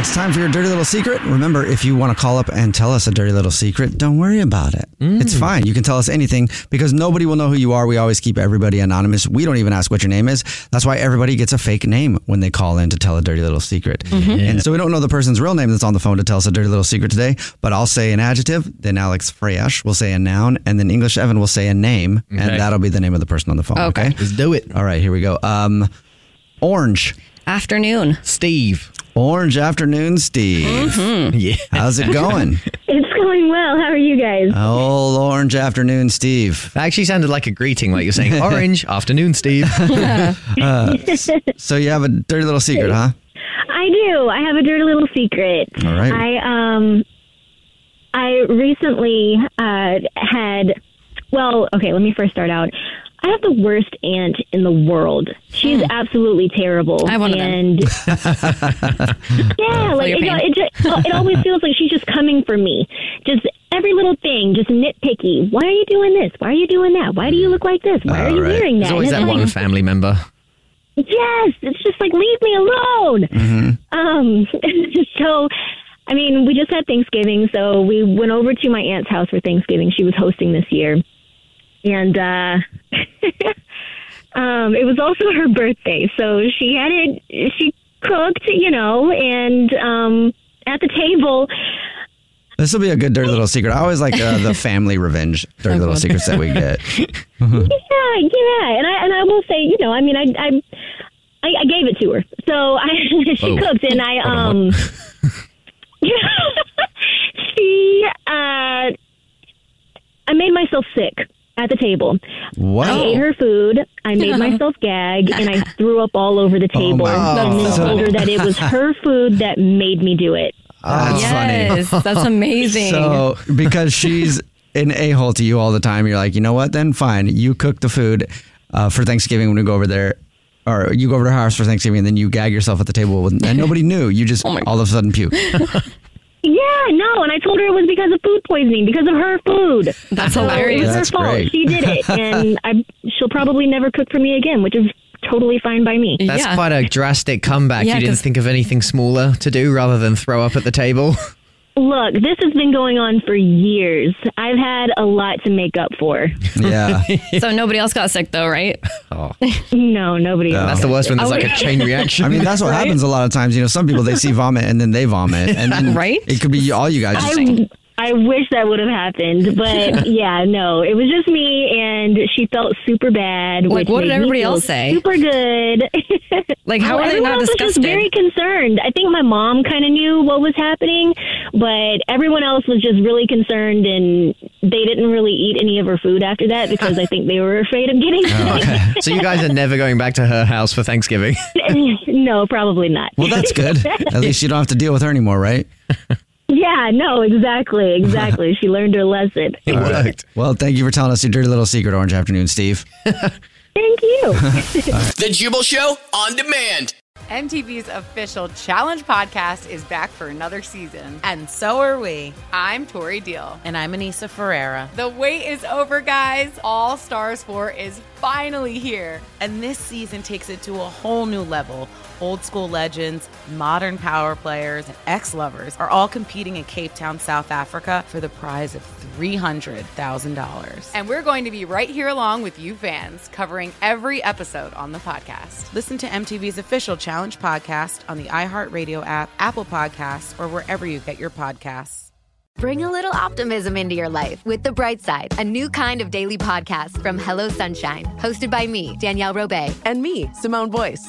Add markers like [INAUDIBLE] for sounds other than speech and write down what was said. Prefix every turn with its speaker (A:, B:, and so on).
A: It's time for your dirty little secret. Remember, if you want to call up and tell us a dirty little secret, don't worry about it. It's
B: Mm.
A: fine. You can tell us anything because nobody will know who you are. We always keep everybody anonymous. We don't even ask what your name is. That's why everybody gets a fake name when they call in to tell a dirty little secret.
B: Mm-hmm.
A: And so we don't know the person's real name that's on the phone to tell us a dirty little secret today, but I'll say an adjective, then Alex Freyash will say a noun, and then English Evan will say a name,
B: Okay.
A: and that'll be the name of the person on the phone. Okay.
B: Let's do it.
A: All right, here we go. Um, orange.
C: Afternoon.
B: Steve.
A: Orange afternoon, Steve.
B: Yeah.
A: How's
B: [LAUGHS]
A: it going?
D: It's going well. How are you guys?
A: Oh, orange afternoon, Steve.
B: That actually sounded like a greeting, like you're
A: [LAUGHS]
B: saying orange afternoon, Steve.
A: Uh, So you have a dirty
B: [LAUGHS]
A: little secret, huh?
D: I do. I have a dirty little secret.
A: Uh, All right.
D: I um I recently uh had well, okay, let me first start out. I have the worst aunt in the world. She's
E: Hmm.
D: absolutely terrible.
C: I have one of them.
E: [LAUGHS]
D: and yeah, like
C: your
D: it,
C: pain.
D: [LAUGHS] it, just, it always feels like she's just coming for me. Just every little thing, just nitpicky. Why are you doing this? Why are you doing that? Why do you look like this? Why are you
A: All right.
D: wearing that?
B: There's always
D: And
B: that
D: it's
B: one
D: like,
B: family member.
D: Yes, it's just like leave me alone.
A: Mm-hmm.
D: Um, [LAUGHS] so, I mean, we just had Thanksgiving, so we went over to my aunt's house for Thanksgiving. She was hosting this year, and uh, [LAUGHS] um, it was also her birthday, so she had it. She cooked, you know, and um, at the table,
A: This will be a good dirty little secret. I always like
D: [LAUGHS]
A: uh, the family revenge dirty little secrets that we get.
D: yeah, yeah, and I and I will say, you know, I mean, I I I, I gave it to her, so I she
B: Oh.
D: cooked, and I um, [LAUGHS] she uh, I made myself sick at the table. I
A: What?
D: ate her food. I
F: [LAUGHS]
D: made myself gag, and I threw up all over the table,
A: Oh my
D: and then
A: God.
D: told her that it was
A: [LAUGHS]
D: her food that made me do it.
A: That's funny.
C: yes, that's amazing.
A: [LAUGHS] So
D: [LAUGHS]
A: because she's an a hole to you all the time, you're like, you know what? Then fine, you cook the food uh, for Thanksgiving when we go over there. Or you go over to her house for Thanksgiving and then you gag yourself at the table with, and nobody knew.
D: [LAUGHS]
A: You just
D: Oh
A: all of a sudden puke.
D: Yeah, no, and I told her it was because of food poisoning, because of her food.
C: that's
D: So it
C: hilarious.
D: was her
A: That's
D: fault.
A: great.
D: She did it, and I, she'll probably never cook for me again, which is totally fine by me.
B: That's
C: yeah.
B: quite a drastic comeback.
C: Yeah,
B: you didn't
C: 'cause-
B: think of anything smaller to do rather than throw up at the table. [LAUGHS]
D: Look, this has been going on for years. I've had a lot to make up for.
A: [LAUGHS] Yeah.
C: so nobody else got sick though, right?
D: No, nobody. else.
B: That's the worst when there's like a
D: [LAUGHS] Oh,
B: chain reaction.
A: I mean, that's what happens a lot of times. You know, some people they see vomit and then they vomit, and
C: [LAUGHS]
A: then
C: Right?
A: it could be all you guys. Just,
D: I, I wish that would have
C: [LAUGHS]
D: happened, but yeah, no, it was just me, and she felt super bad.
C: Like,
D: which
C: what did
D: made
C: everybody
D: me feel
C: else say?
D: Super good.
C: [LAUGHS] Like, how are they
D: Everyone
C: not
D: else was
C: disgusted?
D: just very concerned. I think my mom kind of knew what was happening, But everyone else was just really concerned, and they didn't really eat any of her food after that because I think they were afraid of
C: [LAUGHS]
D: getting sick.
B: so you guys are never going back to her house for Thanksgiving.
D: [LAUGHS] no, probably not.
A: [LAUGHS] Well, that's good. At least you don't have to deal with her anymore, right?
D: yeah, no, exactly,
A: [LAUGHS]
D: exactly. she learned her lesson.
A: All right. Well, thank you for telling us your dirty little secret, Orange Afternoon, Steve.
D: Thank you.
G: The Jubal Show on demand.
H: MTV's official challenge podcast is back for another season.
I: And so are we.
H: I'm Tori Deal.
I: And I'm Anissa Ferreira.
H: The wait is over, guys. All Stars 4 is finally here.
I: And this season takes it to a whole new level. Old school legends, modern power players, and ex lovers are all competing in Cape Town, South Africa for the prize of $300,000.
H: And we're going to be right here along with you fans, covering every episode on the podcast.
I: Listen to MTV's official challenge podcast on the iHeartRadio app, Apple Podcasts, or wherever you get your podcasts.
E: Bring a little optimism into your life with The Bright Side, a new kind of daily podcast from Hello Sunshine, hosted by me, Danielle Robay.
F: And me, Simone Boyce.